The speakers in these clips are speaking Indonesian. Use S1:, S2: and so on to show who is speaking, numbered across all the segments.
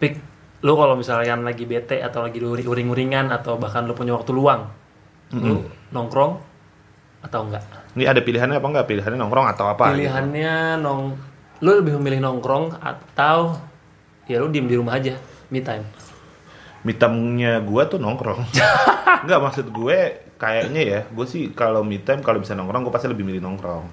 S1: Pik, lu kalau misalkan lagi bete atau lagi uri- uring-uringan atau bahkan lu punya waktu luang, lu nongkrong atau enggak?
S2: Ini ada pilihannya apa enggak? Pilihannya nongkrong atau apa? gitu?
S1: Pilihannya nong, lu lebih memilih nongkrong atau ya lu diem di rumah aja, me time.
S2: Mitamnya gua tuh nongkrong. Enggak maksud gue kayaknya ya, gue sih kalau me time kalau bisa nongkrong gue pasti lebih milih nongkrong.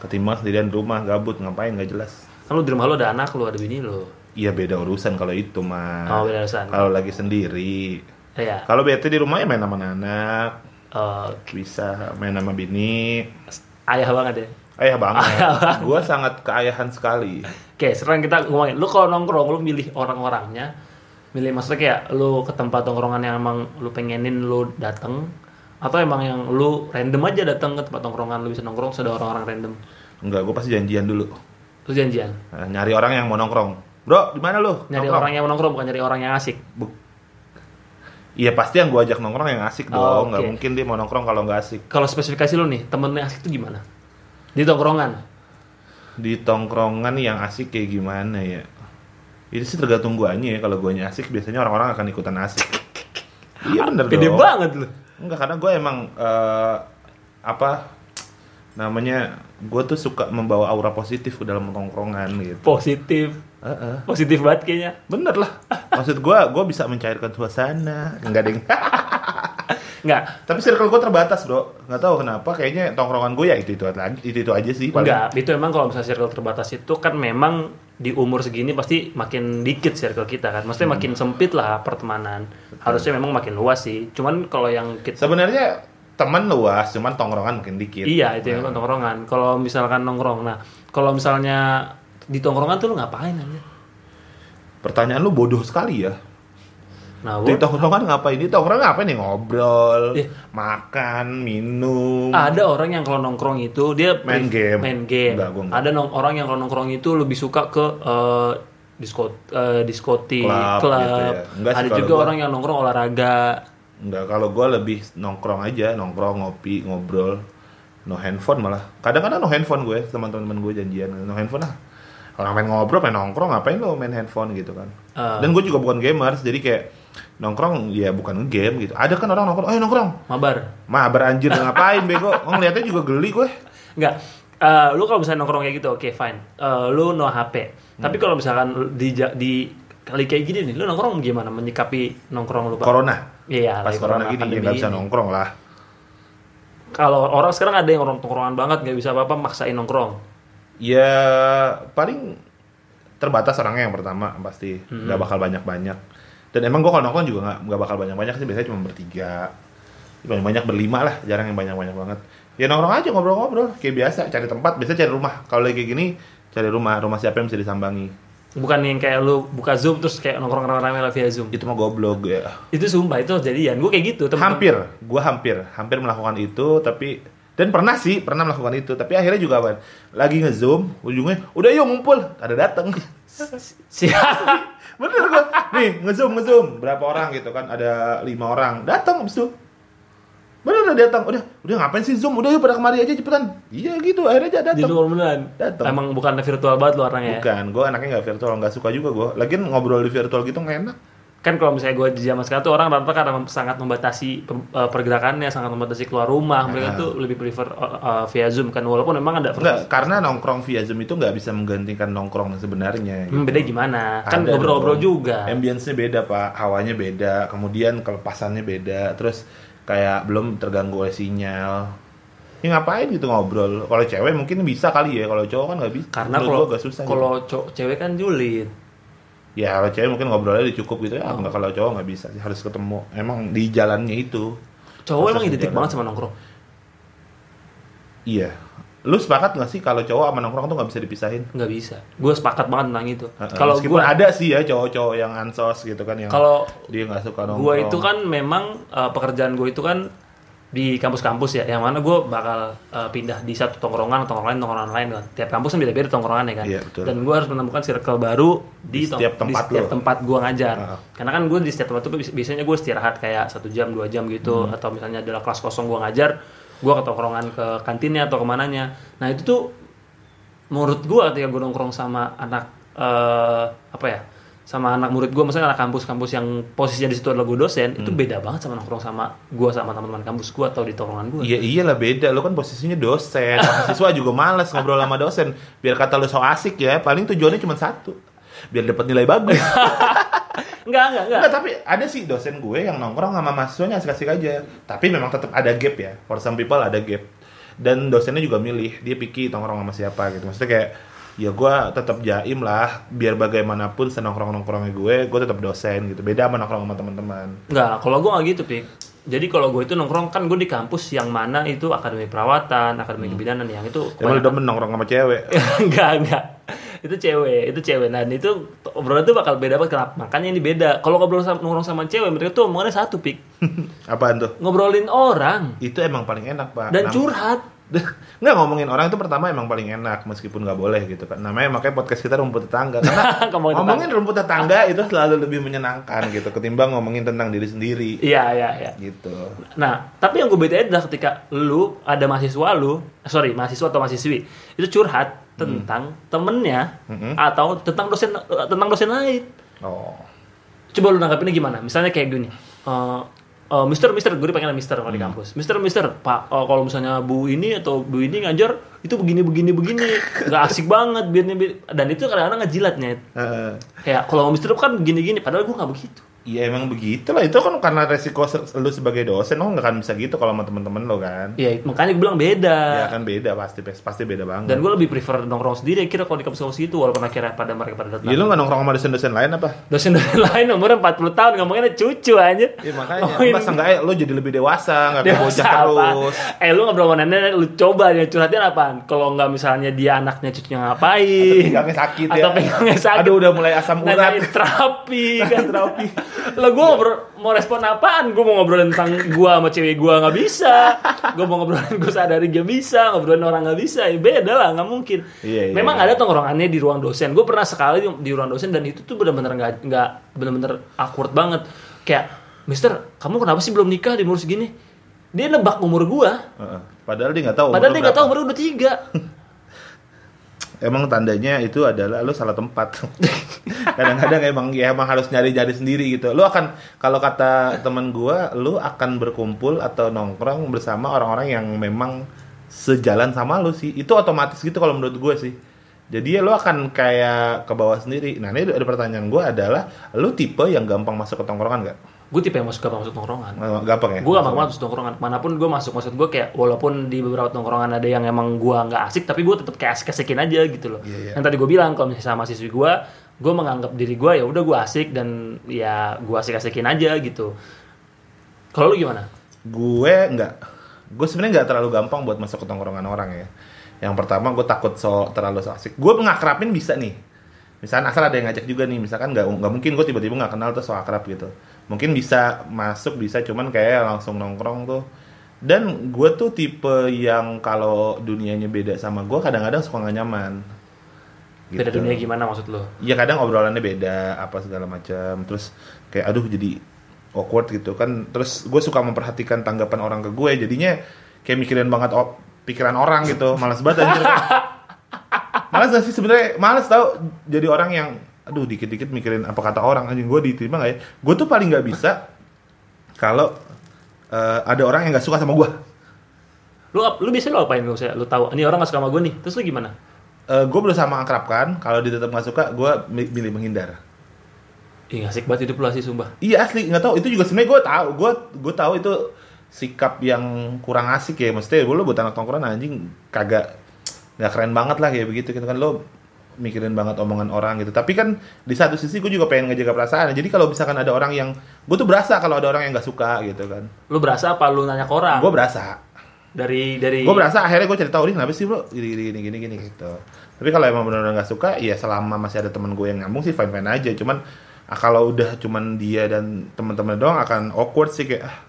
S2: Ketimbang sendirian di rumah gabut ngapain nggak jelas.
S1: Kan lu di rumah lu ada anak lu, ada bini lu.
S2: Iya beda urusan kalau itu mah.
S1: Oh, beda urusan.
S2: Nah. Kalau lagi sendiri.
S1: Iya.
S2: Kalau bete di rumah ya main sama anak,
S1: Eh,
S2: bisa main sama bini.
S1: ayah banget ya.
S2: Ayah banget. gue sangat keayahan sekali.
S1: Oke, sekarang kita ngomongin. Lu kalau nongkrong, lu milih orang-orangnya. Milih maksudnya kayak lu ke tempat nongkrongan yang emang lu pengenin lu dateng atau emang yang lu random aja datang ke tempat nongkrongan lu bisa nongkrong sudah orang-orang random.
S2: Enggak, gue pasti janjian dulu.
S1: Terus janjian.
S2: Nah, nyari orang yang mau nongkrong. Bro, di mana lu?
S1: Nyari
S2: Nongkrong.
S1: orang yang nongkrong bukan nyari orang yang asik.
S2: Bu- Iya pasti yang gue ajak nongkrong yang asik
S1: Oh,
S2: dong, nggak
S1: oke.
S2: mungkin dia mau nongkrong kalau nggak asik.
S1: Kalau spesifikasi lu nih, temennya asik itu gimana? Di tongkrongan.
S2: Di tongkrongan yang asik kayak gimana ya? Itu sih tergantung guanya ya. Kalau guanya asik, biasanya orang-orang akan ikutan asik. Iya bener
S1: Pede
S2: dong.
S1: banget lu.
S2: Enggak karena gue emang eh, apa namanya gue tuh suka membawa aura positif ke dalam tongkrongan gitu.
S1: Positif.
S2: Heeh.
S1: Positif banget kayaknya.
S2: Bener lah. Maksud gue, gue bisa mencairkan suasana. Enggak ding.
S1: Enggak,
S2: Tapi circle gue terbatas bro, nggak tahu kenapa. Kayaknya tongkrongan gue ya itu itu aja, itu itu aja sih. paling.
S1: Enggak, itu emang kalau misalnya circle terbatas itu kan memang di umur segini pasti makin dikit circle kita kan.
S2: Hmm.
S1: Maksudnya makin sempit lah pertemanan. Harusnya memang makin luas sih. Cuman kalau yang kita
S2: Sebenarnya teman luas, cuman tongkrongan makin dikit.
S1: Iya, itu yang tongkrongan. Kalau misalkan nongkrong. Nah, kalau misalnya di tongkrongan tuh lu ngapain aja?
S2: Pertanyaan lu bodoh sekali ya.
S1: Nah,
S2: Di
S1: gua-
S2: tongkrongan ngapain? Di tongkrongan ngapain nih ngobrol,
S1: Iya.
S2: makan, minum.
S1: ada orang yang kalau nongkrong itu dia
S2: Main game.
S1: main game.
S2: Enggak, gua enggak.
S1: Ada nong- orang yang kalau nongkrong itu lebih suka ke eh, disko eh, diskotik,
S2: Club
S1: klub.
S2: gitu ya. Enggak sih
S1: Ada
S2: kalau
S1: juga
S2: gua.
S1: orang yang nongkrong olahraga.
S2: Enggak, kalau gue lebih nongkrong aja, nongkrong, ngopi, ngobrol. No handphone malah. Kadang-kadang no handphone gue, teman-teman gue janjian no handphone lah. Orang main ngobrol, main nongkrong, ngapain lo main handphone gitu kan?
S1: Ah.
S2: Dan gue juga bukan gamers, jadi kayak nongkrong ya bukan game gitu. Ada kan orang nongkrong, eh nongkrong,
S1: Mabar.
S2: mah beranjir ngapain bego? Oh, ngeliatnya juga geli gue.
S1: Enggak. Eh, lu kalau misalnya nongkrong kayak gitu, oke fine. Eh, lu no HP.
S2: Hmm.
S1: Tapi kalau misalkan lu di ja- di kali kayak gini nih, lu nongkrong gimana menyikapi nongkrong lu, Pak?
S2: Corona,
S1: Iya,
S2: pas
S1: lagi
S2: corona gini ya
S1: pandemi
S2: nggak bisa
S1: ini.
S2: nongkrong lah.
S1: Kalau orang sekarang ada yang orang nongkrongan banget nggak bisa apa-apa maksain nongkrong.
S2: Ya paling terbatas orangnya yang pertama pasti nggak bakal banyak banyak. Dan emang gue kalau nongkrong juga nggak nggak bakal banyak banyak sih biasanya cuma bertiga, banyak banyak berlima lah, jarang yang banyak banyak banget. Ya nongkrong aja ngobrol-ngobrol kayak biasa, cari tempat, biasanya cari rumah. Kalau lagi kayak gini cari rumah, rumah siapa yang bisa disambangi?
S1: Bukan yang kayak lu buka Zoom terus kayak nongkrong rame-rame lah via Zoom.
S2: Itu mah goblok ya.
S1: Itu sumpah itu jadian. Gue kayak gitu, temen-temen.
S2: hampir gue hampir hampir melakukan itu tapi dan pernah sih pernah melakukan itu tapi akhirnya juga apa lagi ngezoom ujungnya udah yuk ngumpul ada datang
S1: Siapa?
S2: bener gue nih ngezoom ngezoom berapa orang gitu kan ada lima orang datang abis itu bener udah datang udah udah ngapain sih zoom udah yuk pada kemari aja cepetan iya gitu akhirnya aja
S1: Di
S2: datang
S1: luar beneran.
S2: Dateng.
S1: Emang bukan virtual banget lu orangnya ya?
S2: bukan gue anaknya nggak virtual nggak suka juga gue lagian ngobrol di virtual gitu nggak enak
S1: kan kalau misalnya gue di zaman sekarang tuh orang rata karena mem- sangat membatasi per- eh, pergerakannya, sangat membatasi keluar rumah, mereka tuh lebih prefer eh, eh, via zoom kan walaupun memang ada
S2: Iya. Enggak, karena nongkrong via zoom itu nggak bisa menggantikan nongkrong sebenarnya gitu.
S1: Hmm, beda gimana? Kan
S2: Ada
S1: ngobrol-ngobrol
S2: dong.
S1: juga.
S2: Ambience-nya beda, Pak. Hawanya beda, kemudian kelepasannya beda. Terus kayak belum terganggu oleh sinyal. Ya ngapain gitu ngobrol? Kalau cewek mungkin bisa kali ya, kalau cowok kan nggak bisa.
S1: karena
S2: Menurut
S1: kalau
S2: gua agak susah.
S1: kalau
S2: gitu.
S1: co- cewek kan julid.
S2: Ya kalau cewek mungkin ngobrolnya udah cukup gitu ya.
S1: Oh.
S2: Nggak kalau cowok nggak bisa, harus ketemu. Emang di jalannya itu.
S1: Cowok
S2: Proses
S1: emang identik
S2: berjalan.
S1: banget sama nongkrong.
S2: Iya. Lu sepakat nggak sih kalau cowok sama nongkrong tuh nggak bisa dipisahin?
S1: Nggak bisa. Gue sepakat banget tentang itu.
S2: Heeh.
S1: Kalau
S2: meskipun
S1: gue
S2: ada sih ya cowok-cowok yang ansos gitu kan yang
S1: kalau
S2: dia nggak suka nongkrong.
S1: gue itu kan memang eh, pekerjaan gue itu kan di kampus-kampus ya yang mana gue bakal eh, pindah di satu tongkrongan tongkrongan tongkrongan lain kan tiap kampus kan beda-beda tongkrongannya kan
S2: Iya, betul.
S1: dan gue harus menemukan circle baru di,
S2: Di setiap
S1: tong- di
S2: tempat
S1: setiap
S2: lo.
S1: tempat gue ngajar
S2: Ah.
S1: karena kan gue di setiap tempat tuh bis- biasanya gue istirahat kayak satu jam dua jam gitu
S2: Hmm.
S1: atau misalnya adalah kelas kosong gue ngajar gue ke tongkrongan ke kantinnya atau kemananya nah itu tuh menurut gue ketika gue nongkrong sama anak eh, apa ya sama anak murid gue misalnya anak kampus-kampus yang posisinya di situ adalah gue dosen
S2: Hmm.
S1: itu beda banget sama nongkrong sama gue sama teman-teman kampus gue atau di tongkrongan gue
S2: Iya iyalah beda, lo kan posisinya dosen, mahasiswa juga males ngobrol sama dosen. Biar kata lo so asik ya, paling tujuannya cuma satu, biar dapat nilai bagus.
S1: enggak enggak enggak
S2: Enggak, tapi ada sih dosen gue yang nongkrong sama mahasiswanya asik-asik aja. Tapi memang tetap ada gap ya, for some people ada gap. Dan dosennya juga milih, dia picky nongkrong sama siapa gitu. Maksudnya kayak, ya gue tetap jaim lah, biar bagaimanapun senongkrong-nongkrongnya gue, gue tetap dosen gitu. Beda sama nongkrong sama teman-teman.
S1: Nggak, kalau gue nggak gitu, Pik. Jadi kalau gue itu nongkrong kan gue di kampus yang mana itu akademi perawatan, akademi kebidanan yang itu
S2: Ya lo
S1: kebanyakan-
S2: demen nongkrong sama cewek.
S1: enggak, enggak. Itu cewek, itu cewek. Nah, itu obrolan tuh bakal beda banget kenapa? Makanya ini beda. Kalau ngobrol sama nongkrong sama cewek, mereka tuh omongannya satu, Pik.
S2: Apaan tuh?
S1: Ngobrolin orang
S2: Itu emang paling enak, Pak.
S1: dan
S2: Nam-
S1: curhat.
S2: nggak ngomongin orang itu pertama emang paling enak meskipun nggak boleh gitu kan namanya makanya podcast kita rumput tetangga
S1: Ngomongin
S2: karena
S1: tentang-
S2: ngomongin rumput tetangga itu selalu lebih menyenangkan gitu ketimbang ngomongin tentang diri sendiri
S1: Iya, iya, iya.
S2: gitu
S1: Nah, tapi yang gue bedain adalah ketika lu ada mahasiswa lu, eh, sorry, mahasiswa atau mahasiswi itu curhat tentang temennya
S2: Mm-mm.
S1: atau tentang dosen eh, tentang dosen lain.
S2: oh
S1: coba lu nanggapinnya gimana misalnya kayak gini Eh, eh, Mister, Mister, gue dipanggilnya Mister kalau di kampus. Mister, Mister, Pak, eh, kalau misalnya Bu ini atau Bu ini ngajar itu begini, begini, begini, nggak asik banget, biarnya biar- dan itu kadang-kadang ngejilatnya.
S2: Eh,
S1: Kayak kalau sama Mister kan gini-gini, padahal gue nggak begitu.
S2: Iya emang begitu lah itu kan karena resiko se- lu sebagai dosen lo nggak akan bisa gitu kalau sama temen-temen lo kan
S1: Ya makanya gue bilang beda.
S2: ya kan beda pasti pasti beda banget
S1: Iya. Dan gue lebih prefer nongkrong sendiri, kira kalau di kampus-kampus gitu, walaupun akhirnya pada mereka pada datang.
S2: Iya lu nggak nongkrong sama dosen-dosen lain apa?
S1: Dosen dosen lain umur 40 tahun ngomongnya cucu aja.
S2: Iya makanya,
S1: Ngomongin-
S2: masa enggak lo jadi lebih dewasa, nggak kayak
S1: Oh, Dewasa
S2: bocah
S1: apa?
S2: terus.
S1: Eh lu ngobrol sama nenek, lu coba dia curhatnya apaan? Kalau nggak misalnya dia anaknya cucunya ngapain?
S2: Pinggangnya sakit ya.
S1: Atau pinggangnya sakit.
S2: Aduh udah mulai asam urat.
S1: Nanyain terapi kan
S2: Nanyain terapi.
S1: Lah gue ngobrol, mau respon apaan? Gue mau ngobrolin tentang gue sama cewek gue nggak bisa. Gue mau ngobrolin gue sadari gak bisa, ngobrolin orang nggak bisa. Ya beda lah, nggak mungkin.
S2: Iya, iya,
S1: Memang
S2: iya.
S1: ada tongkrongannya di ruang dosen. Gue pernah sekali di ruang dosen dan itu tuh benar-benar nggak nggak benar-benar awkward banget. Kayak Mister, kamu kenapa sih belum nikah di umur segini? Dia nebak umur gua.
S2: Heeh. Padahal dia nggak tahu.
S1: Padahal
S2: umur
S1: dia
S2: lu
S1: nggak tahu
S2: Oh, berapa.
S1: umur udah tiga.
S2: Emang tandanya itu adalah lu salah tempat. Kadang-kadang emang ya emang harus nyari-nyari sendiri gitu. Lu akan kalau kata teman gua, lu akan berkumpul atau nongkrong bersama orang-orang yang memang sejalan sama lu sih. Itu otomatis gitu kalau menurut gua sih. Jadi ya lu akan kayak ke bawah sendiri. Nah, ini ada pertanyaan gua adalah lu tipe yang gampang masuk ke tongkrongan nggak?
S1: gue tipe yang masuk gampang masuk tongkrongan.
S2: Gampang ya?
S1: Gue gampang banget masuk tongkrongan. Manapun gue masuk, maksud gue kayak walaupun di beberapa tongkrongan ada yang emang gue nggak asik, tapi gue tetap kayak asik-asikin aja gitu loh.
S2: Iya, iya.
S1: Yang tadi gue bilang kalau misalnya sama siswi gue, gue menganggap diri gue ya udah gue asik dan ya gue asik-asikin aja gitu. Kalau lu gimana?
S2: gue nggak gue sebenarnya nggak terlalu gampang buat masuk ke tongkrongan orang ya yang pertama gue takut so terlalu so asik gue ngakrapin bisa nih misalnya asal ada yang ngajak juga nih misalkan nggak nggak mungkin gue tiba-tiba nggak kenal terus so akrab gitu mungkin bisa masuk bisa cuman kayak langsung nongkrong tuh dan gue tuh tipe yang kalau dunianya beda sama gue kadang-kadang suka nggak nyaman
S1: Beda
S2: Gitu.
S1: dunia gimana maksud lu?
S2: Iya kadang obrolannya beda apa segala macam terus kayak aduh jadi awkward gitu kan terus gue suka memperhatikan tanggapan orang ke gue jadinya kayak mikirin banget op- pikiran orang gitu malas banget anjir malas gak sih sebenarnya malas tau jadi orang yang aduh dikit-dikit mikirin apa kata orang anjing gue diterima gak ya gue tuh paling nggak bisa kalau eh, ada orang yang nggak suka sama gue
S1: Lu ap- lu biasanya lu apain lu? Lu tahu ini orang nggak suka sama gue nih. Terus lu gimana?
S2: Eh gue berusaha mengakrabkan kalau dia tetap nggak suka gue mi- milih menghindar
S1: Ih asik banget hidup lu sih sumpah.
S2: Iya asli nggak tahu itu juga sebenarnya gue tahu gue gue tahu itu sikap yang kurang asik ya maksudnya gue lo buat anak tongkrongan anjing kagak nggak keren banget lah kayak begitu gitu kan lo mikirin banget omongan orang gitu tapi kan di satu sisi gue juga pengen ngejaga perasaan jadi kalau misalkan ada orang yang gue tuh berasa kalau ada orang yang nggak suka gitu kan
S1: Lu berasa apa lu nanya ke orang?
S2: gue berasa
S1: Dari dari
S2: gue berasa akhirnya gue cerita ini kenapa sih bro gini gini gini gini, gini gitu tapi kalau emang benar-benar nggak suka ya selama masih ada teman gue yang nyambung sih fine fine aja cuman ah, kalau udah cuman dia dan teman-teman doang akan awkward sih kayak ah,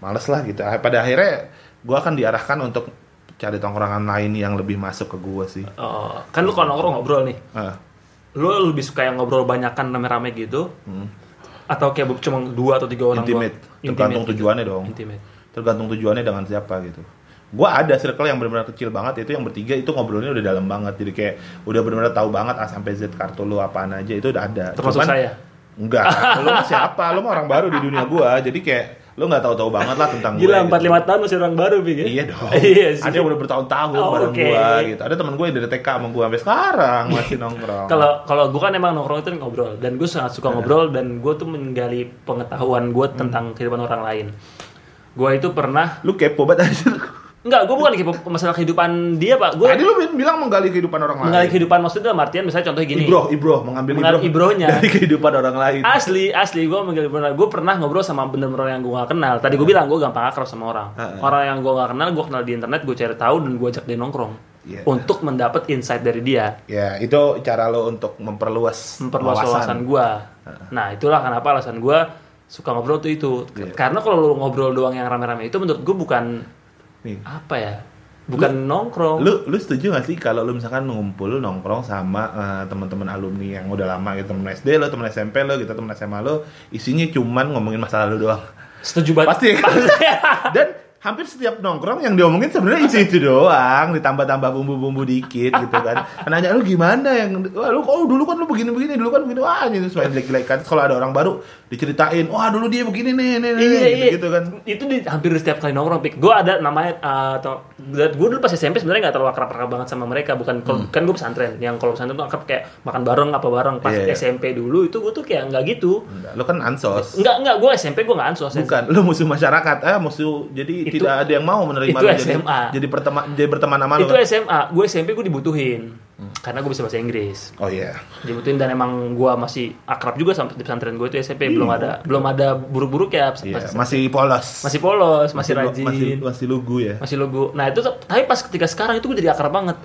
S2: males lah gitu Ah, pada akhirnya gue akan diarahkan untuk cari tongkrongan lain yang lebih masuk ke gue sih
S1: Oh, kan lu kalau nongkrong ngobrol nih
S2: Ah,
S1: lu lebih suka yang ngobrol banyakan rame-rame gitu
S2: hmm.
S1: atau kayak cuma dua atau tiga orang
S2: intimate
S1: doang?
S2: tergantung
S1: Intimate gitu.
S2: tujuannya dong
S1: intimate
S2: tergantung tujuannya dengan siapa gitu gue ada circle yang benar-benar kecil banget itu yang bertiga itu ngobrolnya udah dalam banget jadi kayak udah benar-benar tahu banget a sampai z kartu lu apaan aja itu udah ada
S1: termasuk
S2: Cuman-
S1: saya
S2: enggak lu mah siapa lu mah orang baru di dunia gua jadi kayak lu nggak tahu-tahu banget lah tentang
S1: gila
S2: gua,
S1: empat
S2: gitu.
S1: lima tahun masih orang baru Big, ya?
S2: Iya dong.
S1: iya sih
S2: Ada yang udah bertahun-tahun
S1: Oh,
S2: bareng
S1: oke.
S2: gua gitu. Ada teman gua yang dari TK sama gua sampai sekarang masih nongkrong.
S1: Kalau kalau gue kan emang nongkrong itu ngobrol dan gue sangat suka ngobrol dan gue tuh menggali pengetahuan
S2: Hmm.
S1: gue tentang kehidupan orang lain. Gue itu pernah
S2: lu kepo banget anjir.
S1: enggak gue bukan kepo masalah kehidupan dia pak. Gue
S2: Tadi lu bilang menggali kehidupan orang
S1: menggali
S2: lain.
S1: kehidupan maksudnya dalam artian misalnya contohnya gini.
S2: Ibroh, ibroh, mengambil
S1: Mengambil ibrohnya.
S2: dari kehidupan orang lain.
S1: Asli asli gue menggali benar. Gue pernah ngobrol sama bener-bener orang yang gue gak kenal. Tadi gue bilang gue gampang akrab sama orang. Orang yang gue gak kenal gue kenal di internet gue cari tahu dan gue ajak dia nongkrong
S2: Iya.
S1: untuk mendapat insight dari dia.
S2: Ya, itu cara lu untuk memperluas
S1: memperluas
S2: wawasan.
S1: wawasan gua. Nah, itulah kenapa alasan gua suka ngobrol tuh itu.
S2: Iya.
S1: Karena kalau lu ngobrol doang yang rame-rame itu menurut gua bukan
S2: Nih.
S1: apa ya? Bukan nongkrong.
S2: Iya. Lu lu setuju gak sih kalau lu misalkan ngumpul nongkrong sama eh, teman-teman alumni yang udah lama gitu, teman SD lo, teman SMP lo, gitu, teman SMA lo, isinya cuman ngomongin masa lalu doang.
S1: Setuju banget.
S2: Pasti. Dan hampir setiap nongkrong yang diomongin sebenarnya itu itu doang, ditambah-tambah bumbu-bumbu dikit gitu kan. Nanya lu gimana yang wah, lu oh dulu kan lu begini-begini, dulu kan begini. Wah, ini selain jelek-jelekan kalau ada orang baru diceritain, wah dulu dia begini nih, nih, nih,
S1: Iya, iya.
S2: gitu, kan.
S1: Itu di, hampir setiap kali nongkrong pik. Gue ada namanya eh, atau gue dulu pas SMP sebenarnya nggak terlalu akrab-akrab banget sama mereka. Bukan kalau-
S2: Hmm.
S1: kan gue pesantren. Yang kalau pesantren tuh akrab kayak makan bareng apa bareng. Pas
S2: Iya, iya.
S1: SMP dulu itu gue tuh kayak nggak gitu.
S2: Enggak, lu kan ansos.
S1: Nggak nggak gue SMP gue nggak ansos.
S2: Bukan, lu musuh masyarakat, ah musuh jadi
S1: iya. Itu-
S2: tidak ada yang mau menerima
S1: itu
S2: lu jadi
S1: SMA.
S2: jadi berteman jadi berteman sama lu. Hmm.
S1: Itu
S2: kan?
S1: SMA, gue SMP gue dibutuhin karena gue bisa bahasa Inggris.
S2: Oh iya.
S1: dibutuhin dan emang gua masih akrab juga sampai di pesantren gue itu SMP belum ada belum ada buruk-buruk ya masih,
S2: Iya, masih polos.
S1: masih polos masih,
S2: lu-
S1: rajin
S2: Masih,
S1: masih,
S2: masih lugu ya.
S1: lugu nah itu tep- tapi pas ketika sekarang itu gue jadi akrab banget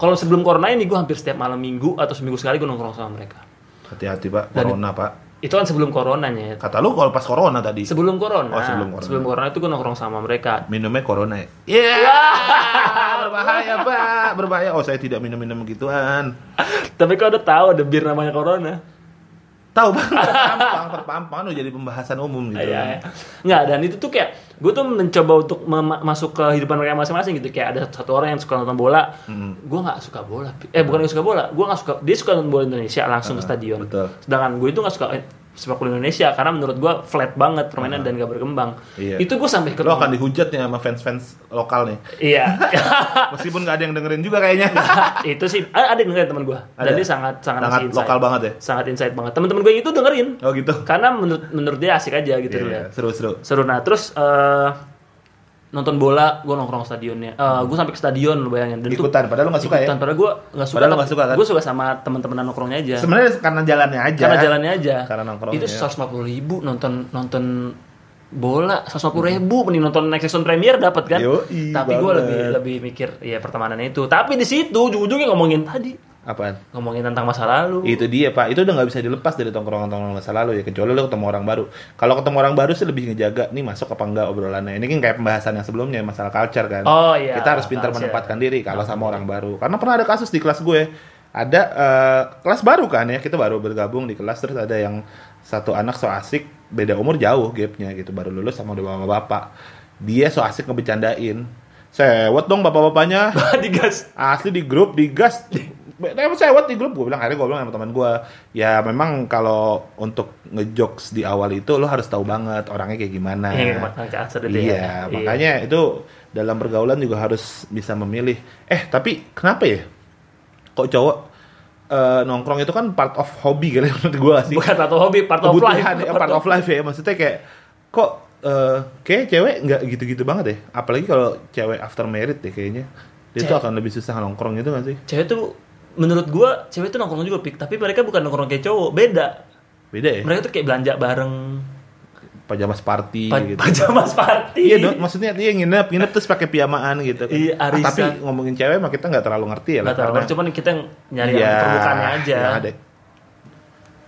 S1: kalau sebelum corona ini gue hampir setiap malam minggu atau seminggu sekali gue nongkrong sama mereka
S2: Hati-hati, Pak.
S1: Dan-
S2: Corona, Pak.
S1: itu kan sebelum coronanya ya
S2: Kata lu kalau pas corona tadi.
S1: sebelum corona
S2: Oh, sebelum corona.
S1: itu gue nongkrong sama mereka
S2: minumnya corona ya? Iya. berbahaya, Pak. Berbahaya. Oh, saya tidak minum-minum gituan.
S1: tapi kau udah tahu ada bir namanya corona
S2: Tahu, Pak. Terpampang, terpampang udah jadi pembahasan umum gitu.
S1: Iya, iya. Nggak, dan itu tuh kayak gue tuh mencoba untuk mema- masuk ke kehidupan mereka masing-masing gitu. Kayak ada satu orang yang suka nonton bola, gue nggak suka bola. Eh bukan nggak suka bola, gue nggak suka. Dia suka nonton bola Indonesia langsung ke stadion.
S2: betul.
S1: Sedangkan gue itu nggak suka eh, sepak bola Indonesia karena menurut gue flat banget permainan dan gak berkembang.
S2: Iya.
S1: Itu gue sampai
S2: Lo
S1: ketemu.
S2: akan dihujat nih sama fans-fans lokal nih.
S1: Iya.
S2: Meskipun gak ada yang dengerin juga kayaknya.
S1: itu sih ada ada yang dengerin teman gue. Dan
S2: Ada?
S1: dia sangat sangat,
S2: Sangat
S1: masih
S2: lokal banget ya?
S1: Sangat insight banget. Teman-teman gue itu dengerin.
S2: Oh, gitu.
S1: Karena menurut menurut dia asik aja gitu dilihat.
S2: Iya, seru-seru.
S1: seru nah terus eh, nonton bola gue nongkrong stadionnya Eh, gue sampai ke stadion lu bayangin dan itu
S2: Ikutan, padahal lu gak suka ya?
S1: ikutan. padahal gue nggak suka
S2: Padahal lu nggak suka, kan?
S1: gue suka sama teman-teman nongkrongnya aja
S2: Sebenarnya karena jalannya aja.
S1: karena jalannya aja
S2: Karena nongkrongnya.
S1: itu seratus ribu nonton nonton bola seratus ribu mending nonton next season premier dapat kan
S2: Yoi,
S1: tapi gue
S2: banget.
S1: lebih lebih mikir ya pertemanannya itu tapi di situ ujung-ujungnya ngomongin tadi
S2: Apaan?
S1: ngomongin tentang masa lalu
S2: Itu dia pak, itu udah nggak bisa dilepas dari tongkrongan-tongkrongan masa lalu ya kecuali lo ketemu orang baru. Kalau ketemu orang baru sih lebih ngejaga nih masuk apa enggak obrolannya. Ini kan kayak pembahasan yang sebelumnya masalah culture kan.
S1: Oh, iya,
S2: Kita harus pintar
S1: culture.
S2: menempatkan diri kalau sama orang baru. Karena pernah ada kasus di kelas gue, ada eh, kelas baru kan ya kita baru bergabung di kelas terus ada yang satu anak so asik beda umur jauh gapnya gitu baru lulus sama udah bapak bapak dia so asik ngebecandain sewot dong bapak-bapaknya
S1: digas
S2: asli di grup digas emang sewot di grup gue bilang akhirnya gue bilang sama teman gue ya memang kalau untuk ngejokes di awal itu lo harus tahu banget orangnya kayak gimana
S1: Iya, makanya kayak asal itu ya.
S2: Iya, makanya itu dalam pergaulan juga harus bisa memilih eh tapi kenapa ya kok cowok eh, nongkrong itu kan part of hobi kali menurut gue sih
S1: bukan tato hobi part of life
S2: kebutuhan ya, part of life ya maksudnya kayak kok eh kayak cewek nggak gitu-gitu banget ya apalagi kalau cewek after married deh kayaknya dia tuh
S1: Cewek.
S2: akan lebih susah nongkrong gitu nggak sih
S1: cewek tuh menurut gua cewek tuh nongkrong juga pik tapi mereka bukan nongkrong kayak cowok beda
S2: beda ya
S1: mereka tuh kayak belanja bareng
S2: pajamas party
S1: pa-
S2: gitu
S1: pajamas party
S2: Iya dong, maksudnya dia nginep, nginep terus pakai pijamaan gitu. kan.
S1: Iya,
S2: Ah,
S1: arisan.
S2: tapi ngomongin cewek mah kita nggak terlalu ngerti ya lah.
S1: Gak tau,
S2: karena-
S1: cuman kita yang nyari yang
S2: Iya,
S1: permukaannya aja
S2: yang ada.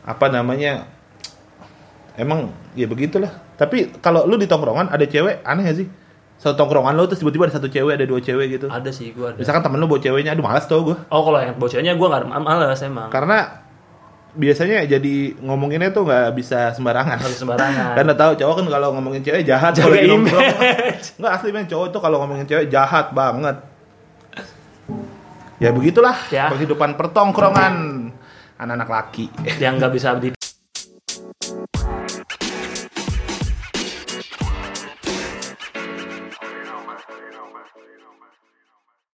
S2: Apa namanya? emang ya begitulah tapi kalau lu di tongkrongan ada cewek aneh gak sih satu tongkrongan lu terus tiba-tiba ada satu cewek ada dua cewek gitu
S1: Ada sih gue ada.
S2: misalkan temen lu bawa ceweknya aduh malas tau gue
S1: Oh kalau yang bocornya gue nggak males emang.
S2: karena biasanya jadi ngomonginnya tuh nggak bisa sembarangan
S1: Harus sembarangan.
S2: karena tahu cowok kan kalau ngomongin cewek jahat kalau
S1: Jaga
S2: di nongkrong.
S1: image.
S2: nggak asli men cowok tuh kalau ngomongin cewek jahat banget ya begitulah
S1: Ya.
S2: Ya. kehidupan pertongkrongan anak-anak laki
S1: yang nggak bisa di